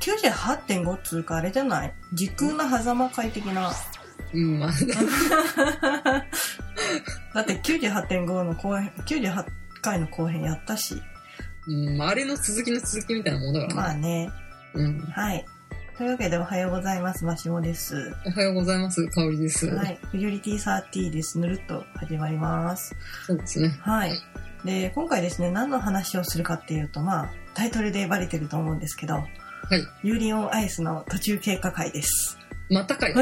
98.5っつうかあれじゃない時空の狭間界的な。うん、まあ、だって98.5の後編、98回の後編やったし。うん、まああれの続きの続きみたいなもんだからなまあね。うん。はい。というわけでおはようございます。マシモです。おはようございます。かおりです。はい。フューリティ30です。ぬるっと始まります。そうですね。。はい。で、今回ですね、何の話をするかっていうと、まあ、タイトルでバレてると思うんですけど、はいユーリオンアイスの途中経過会です。またかい。こ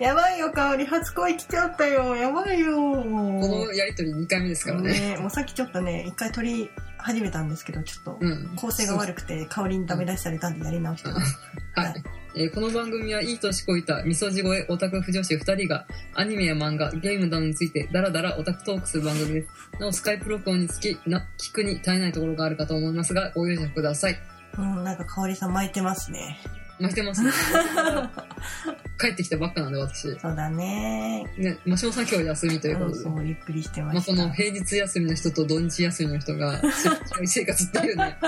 やばいよ、香り。初恋来ちゃったよ。やばいよ。のやりとり2回目ですからね。ねもうさっきちょっとね、一回撮り始めたんですけど、ちょっとうん。構成が悪くて、香りにダメ出しされたんでやり直してます。はい、えーこの番組はいい年こいたみそじ越えオタク不女子2人がアニメや漫画ゲームなどについてダラダラオタクトークする番組ですなおスカイプ録音につきな聞くに耐えないところがあるかと思いますがご容赦くださいうん、なんか香りさん巻いてます ね。負けてますね 帰ってきたばっかなんで私そうだね。ねマシモさん今日休みというそこうとで、そう、ゆっくりしてままあ、しこた。の平日休みの人と土日休みの人が生活ってい うね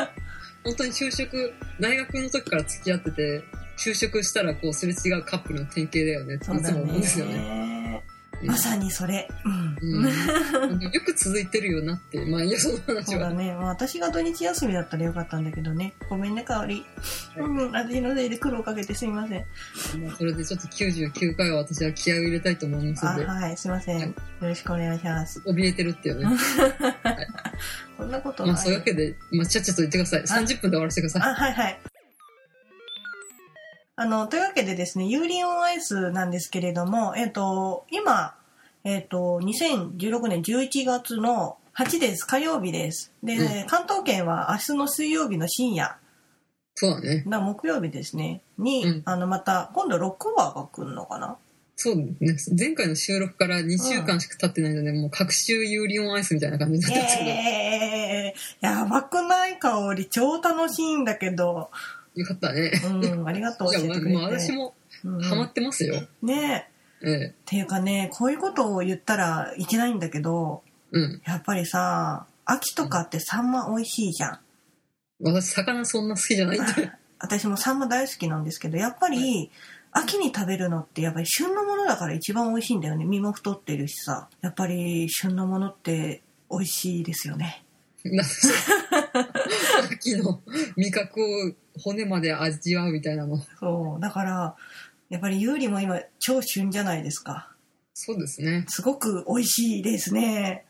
本当に就職大学の時から付き合ってて就職したらこうすれ違うカップルの典型だよねっていつそうだも思うんですよねね。まさにそれ。うん。うん、よく続いてるよなって、まあ、いや、その話そうだは。ね。まあ私が土日休みだったらよかったんだけどね。ごめんね、香り。うん、私のせいで苦労かけてすいません。まあそれでちょっと99回は私は気合を入れたいと思いますあ、ので、はい、すいません。はいよろしくお願いします。怯えてるっていうね。こんなことまない。あ、そういうわけで、まあ、ちゃっちゃと言ってください。30分で終わらせてください。あ、はいはい。あの、というわけでですね、ユーリンオンアイスなんですけれども、えっ、と、今、えっ、と、2016年11月の8です、火曜日です。で、う関東圏は明日の水曜日の深夜、そうだね。な木曜日ですね、に、うんあの、また、今度6話が来るのか なそうね。前回の収録から2週間しか経ってないので、もう、各週ユーリオンアイスみたいな感じになってますけど、えー、やばくない香り、超楽しいんだけど、よかった ね。うん、ありがとう、い教えや、てまあ、くれまあて私。もうんハマってますよ。ねえ。ええ。っていうかね、こういうことを言ったらいけないんだけど、うん。やっぱりさ、秋とかってサンマ美味しいじゃん。私、魚そんな好きじゃないんで。私もサンマ大好きなんですけど、やっぱり、秋に食べるのってやっぱり旬のものだから一番美味しいんだよね。身も太ってるしさ。やっぱり旬のものって美味しいですよね。なんか秋の味覚を骨まで味わうみたいなの。そう。だから、やっぱりユーリも今超旬じゃないですか。そうですね。すごく美味しいですね。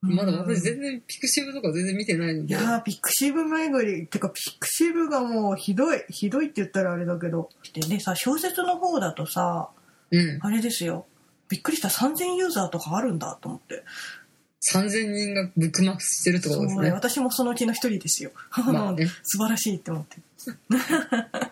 まだうん私全然ピクシブとか全然見てないのいで、やー、ピクシブ巡り、てか、ピクシブがもうひどい、ひどいって言ったらあれだけど。でね、さ、小説の方だとさ、うん、あれですよ。びっくりした3000ユーザーとかあるんだと思って。 3000人がブックマークしてるってことですそうねね。私もそのうちの一人ですよ。まあね、 素晴らしいって思って。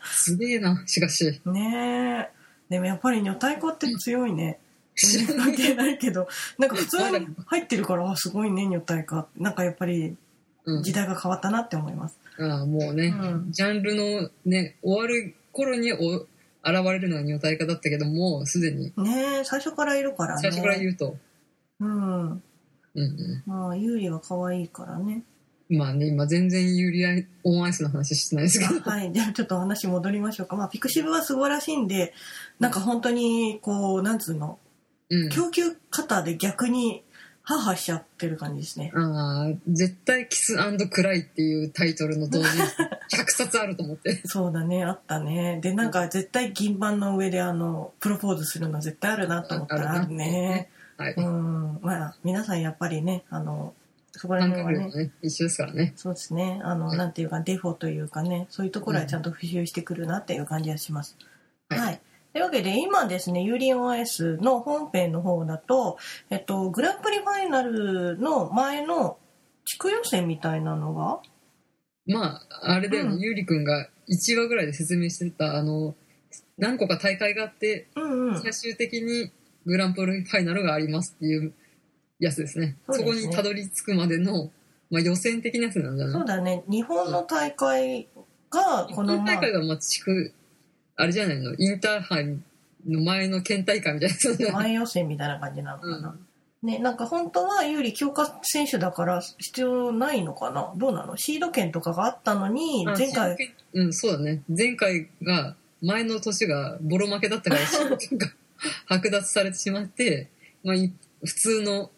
すげえな、しかし。ねえ。でもやっぱり女太鼓って強いね。知らな関い。係ないけど、なんか普通に入ってるから、あすごいね、女太鼓。なんかやっぱり うん時、代が変わったなって思います。ああもうね、うんジャンルのね、終わる頃にお現れるのが女体化だったけど、もうすでにねえ、最初からいるからね。最初から言うと、うん。うんうまあ、ユーリは可愛いからね。ん、まあね、今全然ユーリアイオンアイスの話してないですけど、はい。じゃあちょっと話戻りましょうか。まあ、ピクシブは素晴らしいんで、なんか本当に、こう、なんつうの、うん、供給方で逆に、ハハしちゃってる感じですね。ああ、絶対キスクライっていうタイトルの同時に100冊あると 思って。そうだね、あったね。で、なんか絶対銀盤の上で、あの、プロポーズするの絶対あるなと思ったら、ああるなるね。はい。うん。まあ、皆さんやっぱりね、あの、そこら感辺は覚量ね、ね、一緒ですからね。そうですね、あの、なんていうか、デフォというかね、そういうところはちゃんと復習してくるなっていう感じがします。はいはい。というわけで、今ですね、ユーリンオンアイスの本編の方だと、えっと、グランプリファイナルの前の地区予選みたいなのが、まあ、あれだよね、うんゆうりくんが1話ぐらいで説明してた、あの、何個か大会があって、うんうん。最終的にグランプリファイナルがありますっていうやつですね。そそうですこねにたどり着くまでの、まあ、予選的なやつなんじゃそうないだね、日本の大会が、ここの、のまあ大、会がまあ地区、あれじゃないの、インターハイの前の県大会みたいな。そんな前予選みたいな感じなのかうな。んね、なんか本当は有利強化選手だから必要ないのかなどうなのシード権とかがあったのに、前回、。うん、そうだね。前回が、前の年がボロ負けだったから、 なんか剥奪されてしまって、まあ、い普通の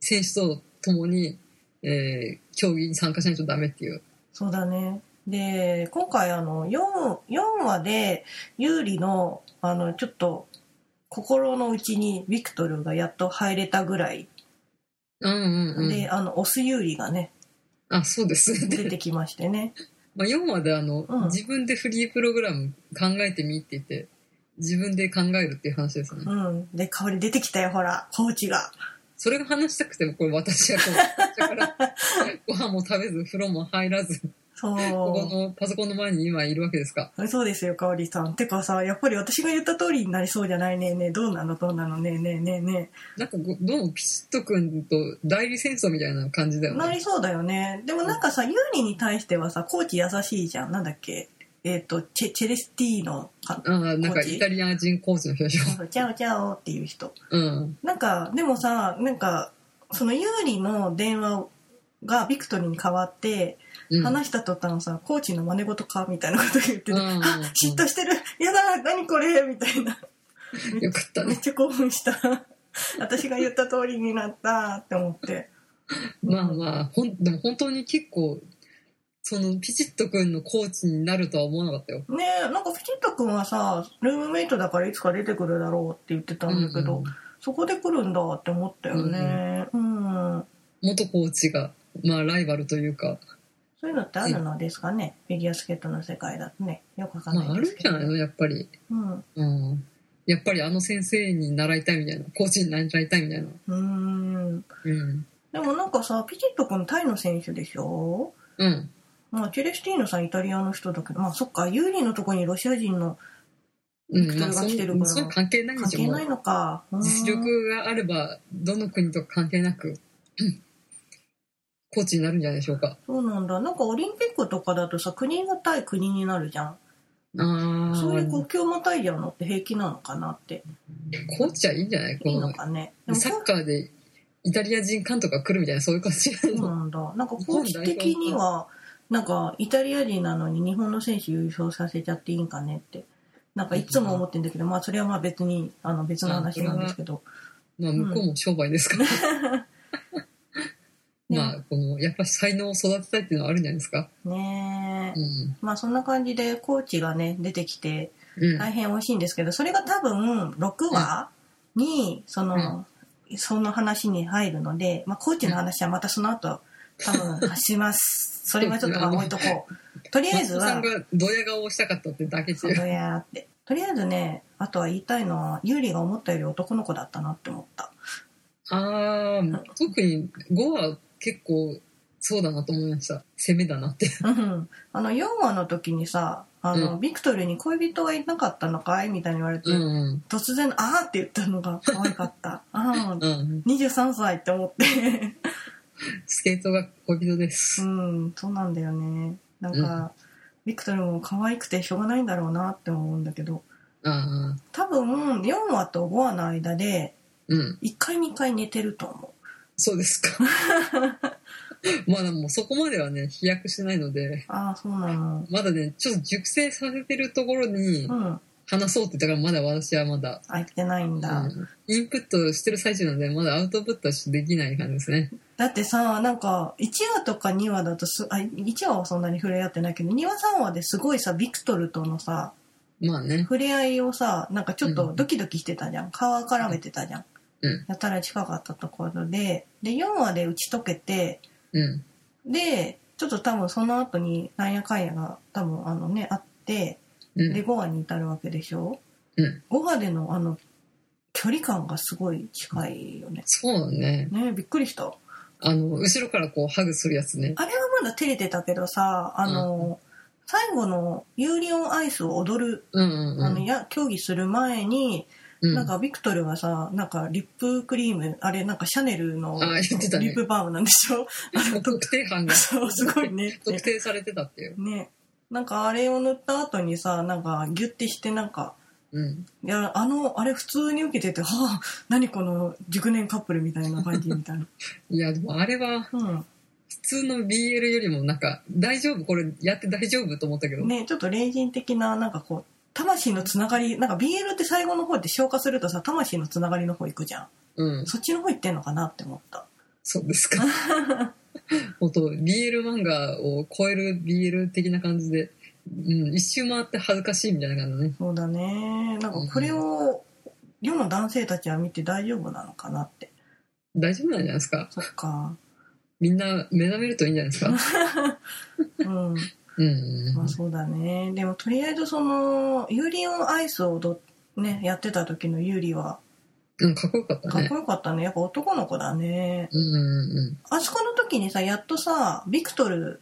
選手と共に、えー競技に参加しないとダメっていう。そうだね。で、今回あの、4、4話で、有利の、あの、ちょっと、心の内にビクトルがやっと入れたぐらいうんうんうん。で、あの、オス有利がね、あ、そうです。 出で、てきましてね。まあ、4話であの、うん自分でフリープログラム考えてみって言って、自分で考えるっていう話ですね。うん。で、代わり出てきたよ、ほら、コーチが。それが話したくても、これ私 はこう、だから、ご飯も食べず、風呂も入らず、ここ そのパソコンの前に今いるわけですか。う。そうですよ、かおりさん。てかさ、やっぱり私が言った通りになりそうじゃないねえねえ、どうなのどうなのねえねえねえねなんかご、どうもピシッとくんと代理戦争みたいな感じだえ。よなりね。そうだよね。でもなんかさ、有利に対してはさ、コーチ優しいじゃん。なんだっけえっ、と、チェ、チェレスティーノか。ああ、なんコかーチイタリア人コーチの表情。そうそうチャオチャオっていう人。うん。なんか、でもさ、なんか、その有利の電話がビクトリーに変わって、うん、話した途端さ、コーチの真似事かみたいなこと言ってて、うんあ、嫉妬してるやだ何これみたいな。よかっため ね。っちゃ興奮した。私が言った通りになったって思って。まあまあ、ほん、でも本当に結構、そのピチッとくんのコーチになるとは思わなかったよ。ねえ、なんかフチット君はさ、ルームメイトだからいつか出てくるだろうって言ってたんだけど、うんそこで来るんだって思ったよね。うん、元コーチが、まあライバルというか、そういうのってあるのですかね、フィギュアスケートの世界だとね。よくわかんまあなあいでるすんけじど。ゃないのやっぱり。うん。うん。やっぱりあの先生に習いたいみたいな、コーチに習いたいみたいな。うーん。うん。でもなんかさ、ピチット君タイの選手でしょうん。まあ、チェレスティーノさんイタリアの人だけど、まあそっか、ユーリのとこにロシア人のうん、まあ、人そがん来てるからそんな関係ないんで関しょ係もないうのか。うーん実力があれば、どの国とか関係なく、コーチになるんじゃないでしょうか。そうなんだ。なんかオリンピックとかだとさ、国が対国になるじゃん。ああ、そういう国境も対じゃのって平気なのかなって。コーチはいいんじゃないいいこののかね。でもサこッカーでイタリア人監督が来るみたいな、そういう感じなうの。なんだ。なんか公式的には、なんかイタリア人なのに日本の選手優勝させちゃっていいんかねって。なんかいつも思ってんだけど、まあそれはまあ別に、あの別の話なんですけど。まあ、向こうも商売ですから。うんまあ、この、やっぱり才能を育てたいっていうのはあるんじゃないですか。ねうえ。ん。まあそんな感じでコーチがね、出てきて、うん。大変美味しいんですけど、それが多分6話に、その、その話に入るので、まあコーチの話はまたその後、多分します。それはちょっとまあ置いとこう。とりあえず 松本さんは、がドヤ顔をしたかったってだけってそいう。うやーって。とりあえずね、あとは言いたいのは、ユーリが思ったより男の子だったなって思った。ああ、特に5は結構そうだなと思いました。攻めだなって。うんあの、4話の時にさ、あの、ビクトルに恋人はいなかったのかいみたいに言われて、ん。突然、あーって言ったのが可愛かった。あーうん。 23歳って思って。スケートが恋人でうす。ん、そうなんだよね。なんか、ビクトルも可愛くてしょうがないんだろうなって思うんだけど、ああ。多分、4話と5話の間で、うん。 1回2回寝てると思う。そうで すか。まあでもそこまではね、飛躍してないので、ああ、そうなの。まだね、ちょっと熟成させてるところにうん。話そうって言ったから、まだ私はまだ、あ、言ってないんだ。うんインプットしてる最中なので、まだアウトプットはちょっとできない感じですね。だってさ、なんか、1話とか2話だとす、あ、1話はそんなに触れ合ってないけど、2話3話ですごいさ、ビクトルとのさ、まあね。触れ合いをさ、なんかちょっとドキドキしてたじゃん。顔絡めてたじゃん。うんやたら近かったところで、で、4話で打ち解けて、うん。で、ちょっと多分その後になんやかんやが多分あのね、あって、うん。で、5話に至るわけでしょうん。 5話でのあの、距離感がすごい近いよね。そうだね。ねびっくりした。あの、後ろからこう、ハグするやつね。あれはまだ照れてたけどさ、あの、最後のユーリオンアイスを踊る、うんうんうん。あの、や、競技する前に、うんなんかビクトルはさ、なんかリップクリーム、あれなんかシャネルのあ言ってたねリップバームなんでしょあの、 特定班がそう、すごいねって特定されてたっていう。ね。なんかあれを塗った後にさ、なんかギュッてしてなんか、うん。いや、あの、あれ普通に受けてて、はあ、何この熟年カップルみたいな感じみたい な。いや、でもあれは、う普通の BL よりもなんか、大丈夫これやって大丈夫と思ったけど。ん。ね、ちょっと霊人的な、なんかこう、魂のつながり、なんか BL って最後の方って消化するとさ、魂のつながりの方行くじゃうんん。。そっちの方行ってんのかなって思った。そうです か。もっと BL 漫画を超える BL 的な感じで、うん、一周回って恥ずかしいみたいな感じだね。そうだね。なんかこれを、世の男性たちは見て大丈夫なのかなって。大丈夫なんじゃないですか。そっか。みんな目覚めるといいんじゃないですか。 うん。うん。まあそうだね。でもとりあえずその、ユーリオンアイスを踊っね、やってた時のユーリは、うん、かっこよかったかっねこ。よかったね。やっぱ男の子だね。うんうんあそこの時にさ、やっとさ、ビクトル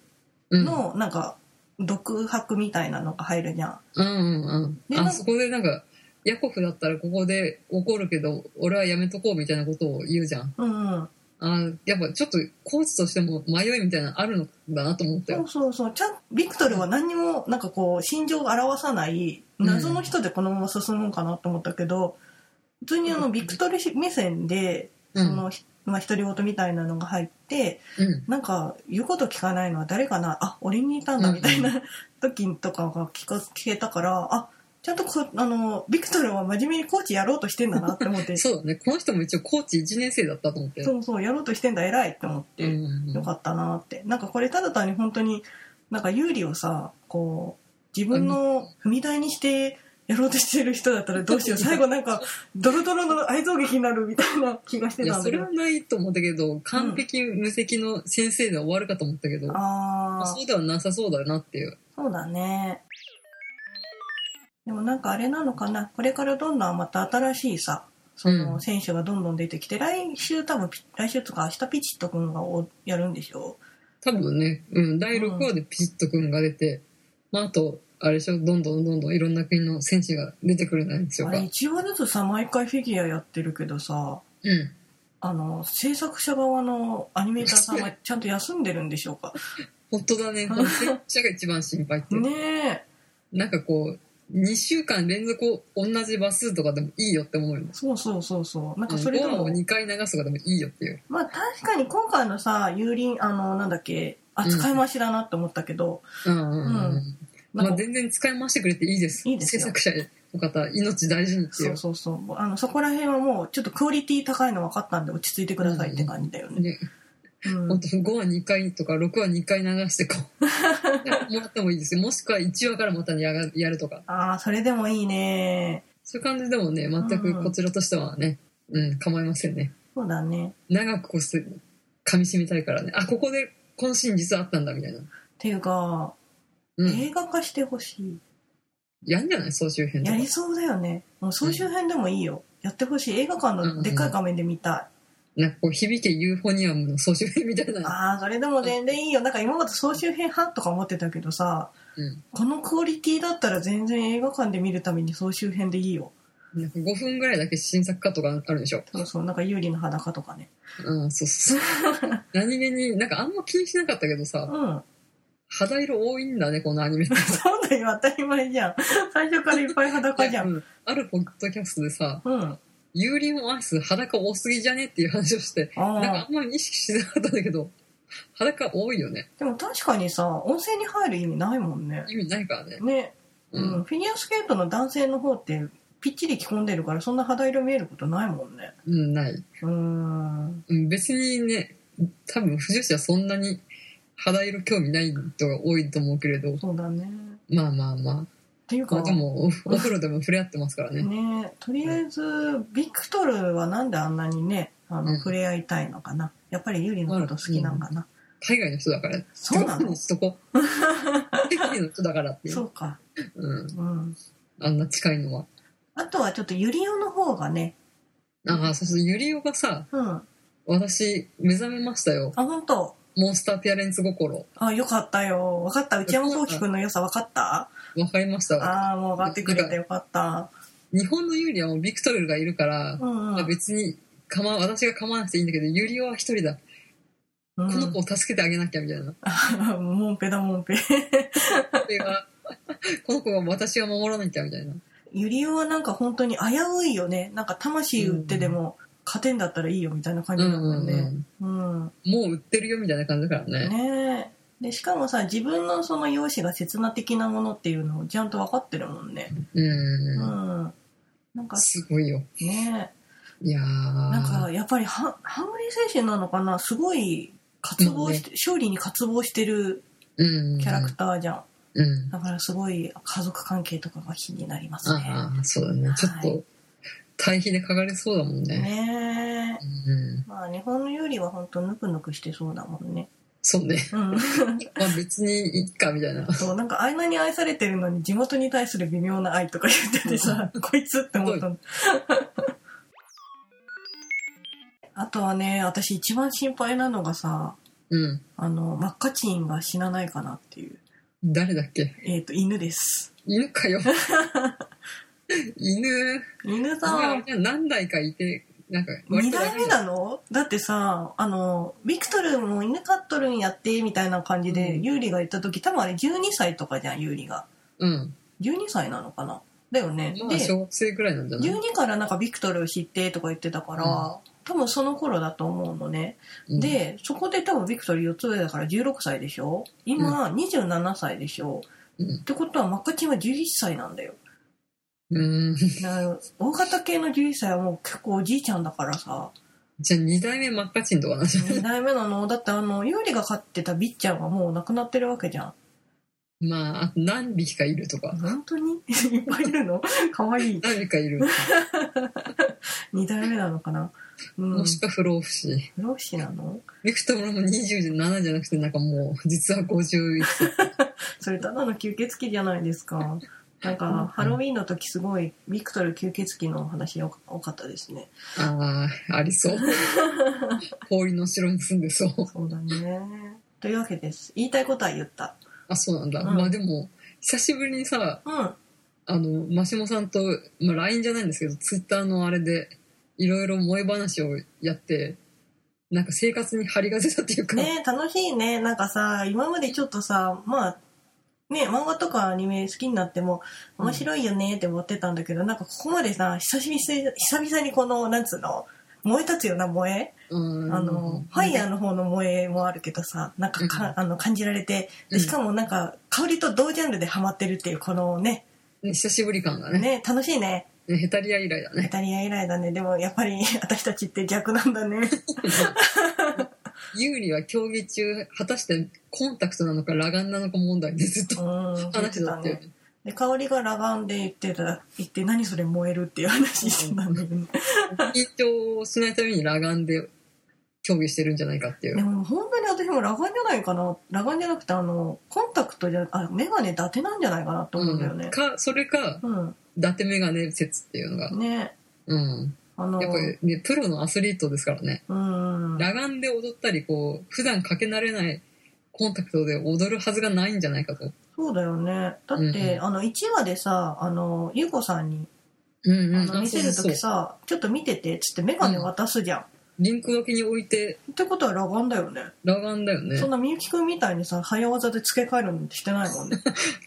うん。うん。のなんか、独白みたいなのが入るじゃん。うんうんうでん。なんあかそこでなんか、ヤコフだったらここで怒るけど、俺はやめとこうみたいなことを言うじゃん。うんうん。あやっぱちょっとコーチとしても迷いみたいなのあるのだなと思っそたよう。そうそう。ちゃん、ビクトルは何にも、なんかこう、心情を表さない、謎の人でこのまま進むのかなと思ったけど、普通にあの、ビクトル目線で、うそんの、ひまあ、独り言みたいなのが入って、うん。なんか言うこと聞かないのは誰かなあ俺にいたんだみたいな時とかが聞か聞けたからあちゃんとこあのビクトルは真面目にコーチやろうとしてんだなって思って そうだね。この人も一応コーチ1年生だったと思って。そうそうやろうとしてんだ偉いって思っうんて、うんうよん。かったなってなんかこれただ単に本当になんか有利をさこう自分の踏み台にしてやろうとしてる人だったらどうしよう最後なんかドロドロの愛憎劇になるみたい な気がしていたや、んそだけれどはないと思ったけど、完璧無責の先生で終わるかと思ったけど、まあああそうではなさそうだなっていう。そうだね。でもなんかあれなのかな、これからどんどんまた新しいさ、そうんの選手がどんどん出てきて、来週多分ピ、来週とか明日ピチッとくんがおやるんでしょ多分ね、うん、第6話でピチッとくんが出て、まああと、あれでしょ、どんどんどんどんいろんな国の選手が出てくるんじゃないでしょうあか。れ1話ずつさ、毎回フィギュアやってるけどさ、うん。あの、制作者側のアニメーターさんはちゃんと休んでるんでしょう か。本当 だね。この選手が一番心配って。ねえ、なんかこう、2週間連続同じ話数とかでもいいよって思うよね。そうそうそうそう。なんかそれ5で話もを、2回流すとかでもいいよっていう。まあ確かに今回のさ、油林、あの、なんだっけ、扱い回しだなって思ったけど、うんうんうんうなんまかあ、全然使い回してくれていいです。いいです制よ作者の方、命大事にっていそうう。そうそうあのそこら辺はもうちょっとクオリティ高いの分かったんで落ち着いてくださいって感じだよね、ね、うん本当5話2回とか6話2回流してこ うもらってもいいですよもしくは1話からまたやがやるとかああそれでもいいねそういう感じでもね全くこちらとしてはね、うん構いませんねそうだね長くこうして噛み締めたいからねあここでこのシーン実はあったんだみたいな、っていうか、うん、映画化してほしいやんじゃない総集編とやかりそうだよねもう総集編でもいいよ、やってほしい映画館のでっかい画面で見たなんかこう響けユーフォニアムの総集編みたいい、な、ああそれでも全然いいよなんか今まで総集編派とか思ってたけどさうこのクオリティだったら全然映画館で見るために総集編でいいよん、なんか5分ぐらいだけ新作かとかあるでしょそうそうなんか有利の裸とかねうん、そうそうそう。何気に、なんかあんま気にしなかったけどさ、うん肌色多いんだね、このアニメ。そうだよ、当たり前じゃん。最初からいっぱい裸じゃ。うんんあるポッドキャストでさ、うん。あユーリンオンアイス裸多すぎじゃねっていう話をして、なんかああんまり意識してなかったんだけど、裸多いよね。でも確かにさ、温泉に入る意味ないもんね。意味ないからね。ね、う。うんん。フィギュアスケートの男性の方って、ぴっちり着込んでるから、そんな肌色見えることないもんね。うん、ない。うーん。うん別にね、多分、不女子はそんなに肌色興味ない人が多いと思うけれど、そうだね。まあまあまっていうあ。まかあで、も、おお風呂でも触れ合ってますからね。ね、とりあえず、ビクトルはなんであんなにね、あうんの、触れ合いたいのかな。やっぱりユリのこと好きなんかな。海外の人だから。そうな手元のにしとこ。海外の人だからっていう。そうか。うん。うん。あんな近いのは。あとはちょっとユリオの方がね、ああ、そうそう、ゆりおがさ、うん。あ、私、目覚めましたよ。本当モンスターペアレンツ心。あ、よかったよ。分かった。内山壮輝くんの良さ分かったわかりました。ああ、もう分かってくれてよかった。日本のユリアもビクトルがいるから、うんうまあん。別に構わ、私が構わなくていいんだけど、ゆりおは一人だ。うこのん子を助けてあげなきゃみたいな。もんぺだもんぺ。 これがこの子が私は守らなきゃみたいな。ゆりおはなんか本当に危ういよね。なんか魂売ってでも勝てんだったらいいよみたいな感うじんだもんうんね。ううん。ん。もう売ってるよみたいな感じだからね。ねえ。で、しかもさ、自分のその容姿が刹那的なものっていうのをちゃんと分かってるもんね。う。うんなんかん。すごいよ。ねいやー。なんかやっぱりハンハングリー精神なのかなすごい渇望して、勝利に渇望してるうん。キャラクターじゃん。うん。だからすごい家族関係とかが気になりますね。ああ、そうだねはい。ちょっと、対比で書かれそうだもんね。ねえ。うん。まあ日本のよりは本当ぬくぬくしてそうだもんね。そうね。 うん。まあ別にいっか、みたいな。そう、なんかあんなに愛されてるのに地元に対する微妙な愛とか言っててさ、こいつって思ったの。 あとはね、私一番心配なのがさ、うん。あの、マッカチンが死なないかなっていう。誰だっけえっ、と、犬です。犬 かよ。犬、犬さあ、何台かいて、なんか、 2代目だ。なのだってさ、あの、ビクトルも犬飼っとるんやって、みたいな感じで、うんユーリが言った時、多分あれ12歳とかじゃん、ユーリが。うん。 12歳なのかなだよね。まあ、で、小学生くらいなんじゃない12からなんかビクトルを知ってとか言ってたから、多分その頃だと思うのね。、で、そこで多分ビクトル4つ上だから16歳でしょ今27歳でしょ、うんってことはマッカチンは11歳なん だよ。うん。な大型系の11歳はもう結構おじいちゃんだからさ、じゃあ2代目マッカチンとかなんじゃない2代目なのだってあの、ユーリが飼ってたビッちゃんはもう亡くなってるわけじゃん。まあ、あと何匹かいるとか。本当に いっぱいいるのかわいい。何匹かいる。 2代目なのかなうんも。しか不老不死。不老不死なのビクトルも27じゃなくて、なんかもう、実は51。それただの吸血鬼じゃないですか。なんうんか、ハロウィンの時すごい、ビクトル吸血鬼のお話が多かったですね。ああ、あり そう。氷の城に住んでそう。そうだね。というわけです。言いたいことは言った。あ、そうなんだ。うんまあでも、久しぶりにさ、うん。あの、マシモさんと、まあ LINE じゃないんですけど、Twitter のあれで、いろいろ萌え話をやって、なんか生活に張りが出たっていうか、ね楽しいね。なんかさ、今までちょっとさ、まあ、ね漫画とかアニメ好きになっても、うん面白いよねって思ってたんだけど、なんかここまでさ、久しぶり、久々にこの、なんつうの、燃え立つような萌えうんあの、ファイヤーの方の萌えもあるけどさ、なんかか、あの、感じられて、でしかもなんか、香りと同ジャンルでハマってるっていう、このね、ね久しぶり感がね、ね、楽しいね。ねヘタリア以来だイ ね。タリア以来だね。でも、やっぱり、 私たちって逆なんだね。ユーリは競技中、果たしてコンタクトなのか裸眼なのか問題でずっうとん、言っ話しててたたっていうね。で、香りが裸眼で言ってた、言って、何それ燃えるっていう話してたんだけどね。緊張しないために裸眼で競技してるんじゃないかっていでう。も、本当に私も裸眼じゃないかな。裸眼じゃなくて、あの、コンタクトじゃ、あ、メガネ伊達なんじゃないかなと思うんだよね。か、それか、うん。伊達メガネ説っていうのが。ね、うん。あの、やっぱりね、プロのアスリートですからね。うん。裸眼で踊ったり、こう、普段かけ慣れないコンタクトで踊るはずがないんじゃないかと。そうだよね。だって、うあの、1話でさ、あの、ゆうこさんに、うんあの見せるそうとそうきさ、ちょっと見てて、っつってメガネ渡すじゃん。リンク脇に置いてってことは裸眼だよね。裸眼だよねそん。なみゆきくんみたいにさ、早技で付け替えるなんてしてないもん ね。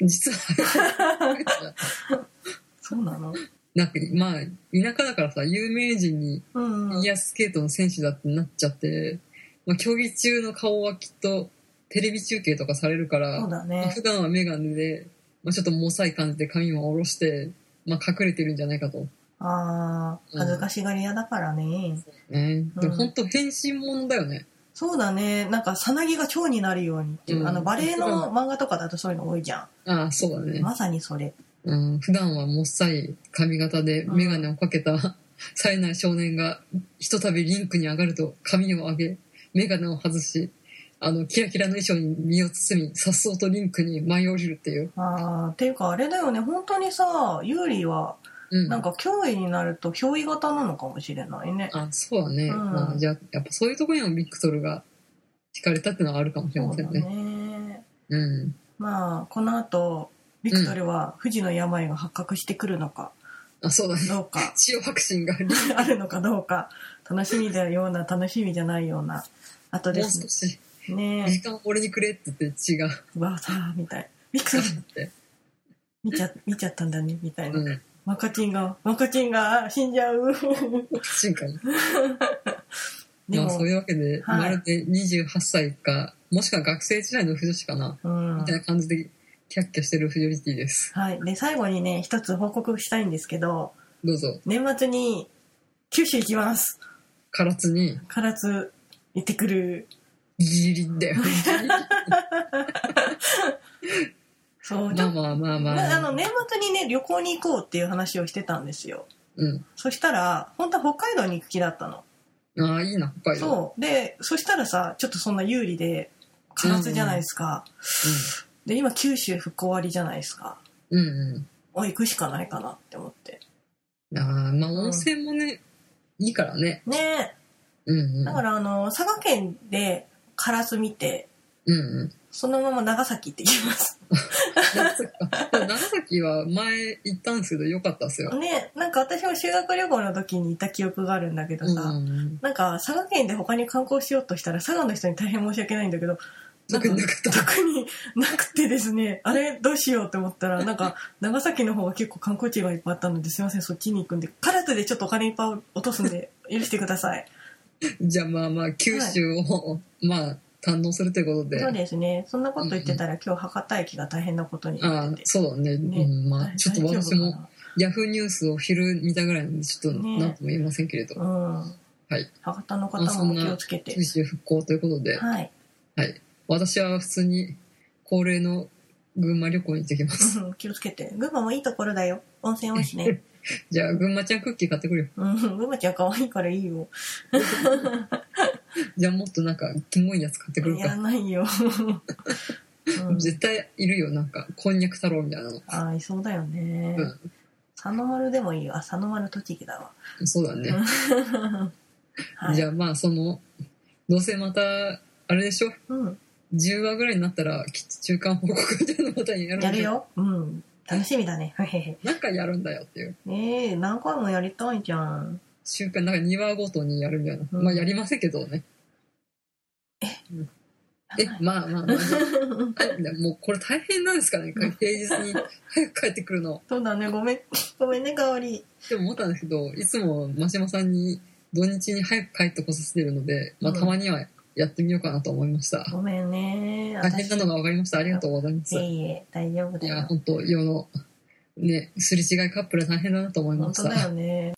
実は、そうなのなんか、まあ、田舎だからさ、有名人にうん、フィギュアスケートの選手だってなっちゃって、まあ、競技中の顔はきっとテレビ中継とかされるかそうだら、まあ ね。普段はメガネで、まあ、ちょっともさい感じで髪も下ろして、まあ、隠れてるんじゃないかと。あー、恥ずかしがり屋だからね。ね、でうもん本当変身もんだよね。そうだね。なんか、さなぎが蝶になるようにっていう、うんあの、バレエの漫画とかだとそういうの多いじゃああ、そうだん。ね。まさにそれ。うん、普段はもっさい髪型でうんメガネをかけた 冴えない少年が、ひとたびリンクに上がると髪を上げ、メガネを外し、あの、キラキラの衣装に身を包み、颯爽とリンクに舞い降りるっていう。あー、っていうか、あれだよね。本当にさ、ユーリは、うん。なんか、脅威になると、憑依型なのかもしれないね。あ、そうだね。うんまあ、じゃあ、やっぱそういうところにもビクトルが惹かれたってのはあるかもしれそまうせだんね。ね。うん。まあ、この後、ビクトルは富士の病が発覚してくるのかあ、そうだね。どうか、 血を白心がリンクあるのかどうか、楽しみだような、楽しみじゃないような、あともうで少すし、ね時。間を俺にくれって言って血が、 うわさあ、みたい。ビクトガルッて。見ちゃ、見ちゃったんだね、みたいな。うん。マカチンが、マカチンが死んじゃう。進化に。でまあもそう、いうわけで、はいまるで28歳か、もしくは学生時代の不女子かな、うんみたいな感じでキャッキャしてるフジョリティです。はい。で、最後にね、一つ報告したいんですけど、どうぞ、年末に九州行きます。唐津に、唐津行ってくる。ギリ だよ。そう、ちまょあっと、まあまあままあ。あ、あの、年末にね、旅行に行こうっていう話をしてたんですよ。うん。そしたら、本当は北海道に行く気だったの。ああ、いいな、北海道。そう。で、そしたらさ、ちょっとそんな有利で、唐津じゃないですか。で、今九州復興割じゃないですか。うん。うんお、行くしかないかなって思って。うん。ああ、まあ温泉もね、いいからね。ねうんうえ。ん。だから、あの、佐賀県で唐津見て、うんうん。そのまま長崎行ってきます。長崎か長崎は前行ったんですけど、良かったっすよ。ねなんか私も修学旅行の時にいた記憶があるんだけどうんさ、うん。なんか佐賀県で他に観光しようとしたら佐賀の人に大変申し訳ないんだけどなん特かになかった。特になくてですねあれどうしようって思ったらなんか長崎の方が結構観光地がいっぱいあったのですいませんそっちに行くんで唐津でちょっとお金いっぱい落とすん で許してください じゃあまあまあ、九州を、まあ、堪能するということで。そうですねそんなこと言ってたら今日博多駅が大変なことになあっあててそうだねねうん、まあ大ちょっと大丈夫私かもなヤフーニュースを昼見たぐらいなんでちょっとね何とも言えませんけれど、うんはい博多の方まあそもおん気なをつけて九州復興ということで、はい私は普通に恒例の群馬旅行に行ってきます、うん気をつけて。群馬もいいところだよ。温泉多いしね。 じゃあ群馬ちゃんクッキー買ってくるようん、群馬ちゃん可愛いからいいよ。じゃあもっとなんかキモいやつ買ってくるいからないよ。うん、絶対いるよなんかこんにゃく太郎みたいなのああ、いそうだよね。うん佐野丸でもいいよ。あ、佐野丸栃木だわ。そうだね、はい、じゃあまあそのどうせまたあれでしょうん、 10話ぐらいになったらきっと中間報告みたいなのまたやるんだやるよ。うん。楽しみだね。へへへなんかやるんだよっていうねえ、何回もやりたいじゃん。週間なんか2話ごとにやるみたいな、うんまあやりませんけどねうんえまあまあまああもうこれ大変なんですかね平日に早く帰ってくるのそうだね。ごめん。ごめんね、かおり。でも思ったんですけどいつも真島さんに土日に早く帰ってこさせてるので、まあ、うんたまにはやってみようかなと思いました、ごめんね。大変なのが分かりましたありがとうございます、私いえいえ、大丈夫いだやよ。本当世のねすれ違いカップルは大変だなと思い本まし当ただよね。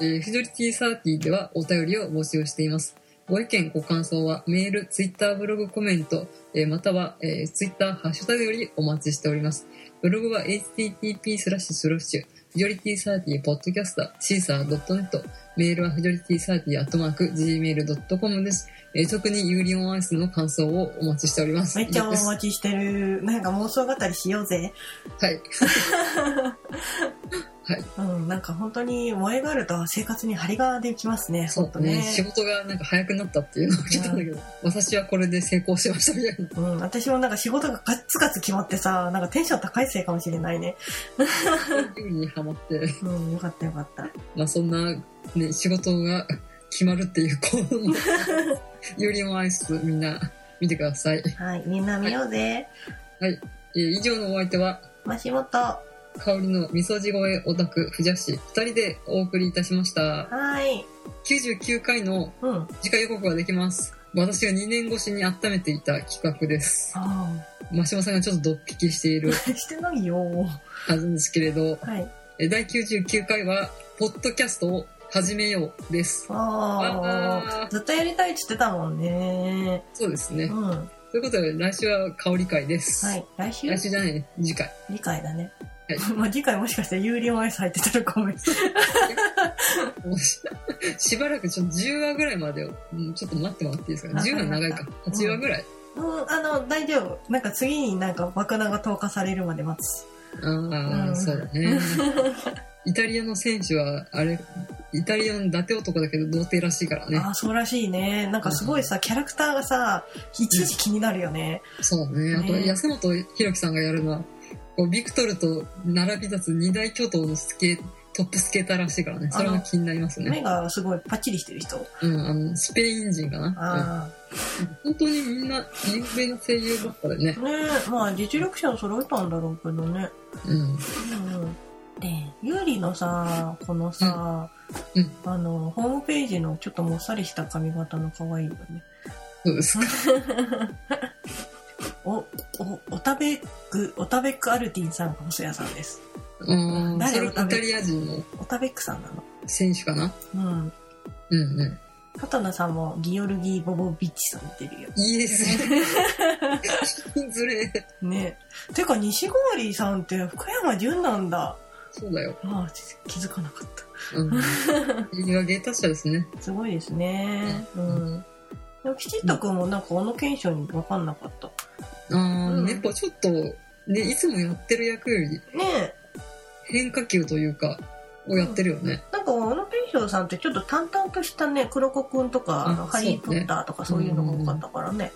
えー、フジョリティサーティではお便りを募集しています。ご意見、ご感想はメール、ツイッター、ブログ、コメント、えーまたは、えー、ツイッター、ハッシュタグよりお待ちしております。ブログは http スラッシュスロッシュ、フジョリティサーティポッドキャスター、シーサー .net、メールはフジョリティサーティアットマーク、gmail.com です。えー特にユーリオンアイスの感想をお待ちしております。めっちゃお以上です待ちしてる。なんか妄想語りしようぜ。はい。うん、なんか本当に萌えがあると生活に張りができますね。そ本当うね。ね。仕事がなんか早くなったっていうのを聞いたんだけど、私はこれで成功しましたみたいな。 うん、私もなんか仕事がガッツガツ決まってさ、なんかテンション高いせいかもしれないね。ユーリにハマって。うん、よかったよかった。まあそんな、ね、仕事が決まるっていう、この、よりもアイス、みんな見てください。はい、みんな見ようぜ。えー以上のお相手は、マシモト。は香りの味噌地声オタク、ふじゃし、二人でお送りいたしました。ーい。 99回のうん。あ次回予告ができます。私が2年越しに温めていた企画です。あ真島さんがちょっとドッキリしているー。 してないよ。はずですけれど、はい。えー第99回は、ポッドキャストを始めようです。あああ。ずっとやりたいって言ってたもんね。そうですうね。ん。はということで、来週は香り会です。い。来週来週じゃないね、次回。次回だね。は まあ次回もしかして有料アイス入ってたらごめん。もうし しばらくちょっと10話ぐらいまでを、うんちょっと待ってもらっていいですかね。あ10話長いわかか。 8話ぐらい。うん、あの、大丈夫。なんか次になんか爆弾が投下されるまで待つ。あうあ、んそうだ ね。イタリアの選手は、あれ、イタリアの伊達男だけど童貞らしいからね。ああ、そうらしいね。なんかすごいさ、キャラクターがさ、いちいち気になるよね。そうね。あと、ね安本博樹さんがやるのは、こうビクトルと並び立つ二大巨頭のスケトップスケーターらしいからね。それも気になりますね。目がすごいパッチリしてる人。うん、あの、スペイン人かな。あ本当にみんな有名な声優ばっかでね。ねえまあ実力者を揃えたんだろうけどねうん。うんうんでユーリのさこのさ、うんうんあのホームページのちょっともっさりした髪型の可愛いよねそう ですか。おおおたべくおたべくアルティンさんが細谷さんですうん。誰それのイためタリア人のおたべくさんなの選手かなうんうんうん。畑野さんもギオルギー・ボボビッチさん似てるよイエス。 ずれ。ねてか西郡さんって福山潤なんだそうだよ。ああ気づかなかったうん。いや、芸達者ですね。すごいですね。うん。でも、きちっとくんもなんか、小野賢章に分かんなかった。あうんー、やっぱちょっと、ね、いつもやってる役よりねえ。変化球というか、をやってるよね。なんか、小野賢章さんってちょっと淡々としたね、黒子くんとか、あのあハリー・ポそうねッターとかそういうのが多かったからね。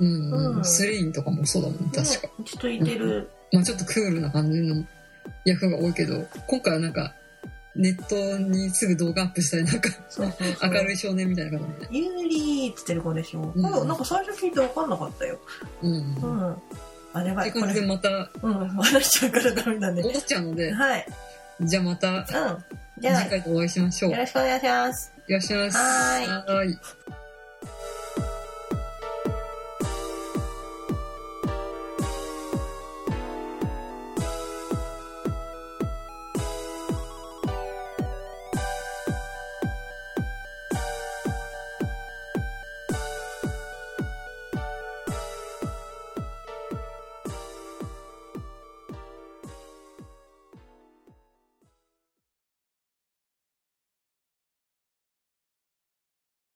うん、ううんん。スレインとかもそうだもん、確か。ねちょっと似てる。まあちょっとクールな感じの役が多いけど、今回はなんか、ネットにすぐ動画アップしたり、なんか、そうそうそう。明るい少年みたいな方ね。ゆうりーっつってる子でしょ。うんこれなんか最初聞いて分かんなかったよ。うん。うっん。あ、やばてい。こ感れじ、でまたうん、話しちゃうからダメだね。戻っちゃうので、はい。じゃあまたうん。じ次ゃあ、よ回でお会いしましょう。よろしくお願いします。ろしくお願いします。はーいはーい。